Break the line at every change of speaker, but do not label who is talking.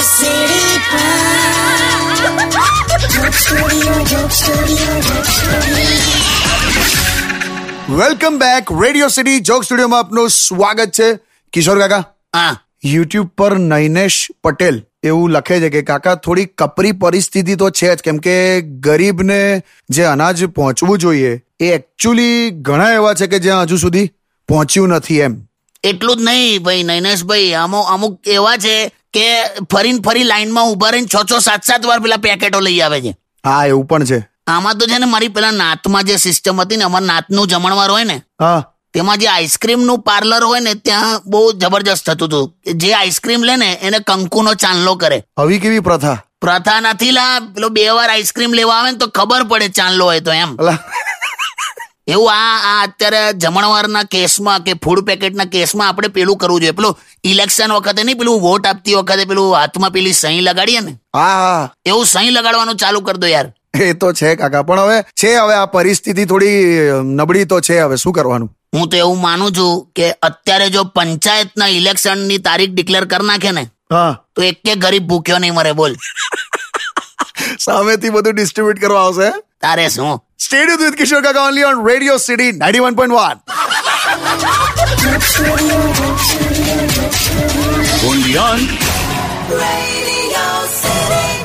સીડી
welcome back radio city joke સ્ટુડિયોમાં આપનું સ્વાગત છે કિશોર કાકા
હા
યુટ્યુબ પર નૈનેશ પટેલ એવું લખે છે કે કાકા થોડી કપરી પરિસ્થિતિ તો છે જ કેમ કે ગરીબને જે અનાજ પહોંચવું જોઈએ એ એકચ્યુઅલી ઘણા એવા છે કે જ્યાં હજુ સુધી પહોંચ્યું નથી એમ
એટલું જ નહીં ભાઈ નૈનેશભાઈ અમુક અમુક એવા છે કે ફરીને ફરી લાઈનમાં ઉભા રહીને છ છ સાત સાત વાર પેલા પેકેટો લઈ આવે છે
હા એવું પણ છે
આમાં તો છે ને મારી પેલા નાતમાં જે સિસ્ટમ હતી ને અમારા નાતનું જમણવાર હોય ને
હા
તેમાં જે આઈસ્ક્રીમનું પાર્લર હોય ને ત્યાં બહુ જબરજસ્ત થતું હતું કે જે આઈસ્ક્રીમ લે ને એને કંકુનો ચાંદલો કરે
આવી કેવી પ્રથા
પ્રથા નથી લા પેલો બે વાર આઈસ્ક્રીમ લેવા આવે ને તો ખબર પડે ચાંદલો હોય તો એમ
અલા
એવું આ આ અત્યારે જમણવારના કેસમાં કે ફૂડ પેકેટના કેસમાં આપણે પેલું કરવું જોઈએ પેલું ઇલેક્શન વખતે નહીં પેલું વોટ આપતી વખતે પેલું હાથમાં પેલી સહી લગાડીએ ને
હા હા
એવું સહી લગાડવાનું ચાલુ કરી દો યાર
એ તો છે કાકા પણ હવે છે હવે આ પરિસ્થિતિ થોડી નબળી તો છે હવે શું કરવાનું
હું તો એવું માનું છું કે અત્યારે જો પંચાયતના ઇલેક્શનની તારીખ ડિક્લેર કરી નાખે ને
હા
તો એકે ગરીબ ભૂખ્યો નહીં મરે બોલ
સામેથી બધું ડિસ્ટ્રીબ્યુટ કરવા આવશે
તારે શું
સ્ટેડિયમ વિથ કિશોર કાકા only on radio city ninety one point one
Radio City.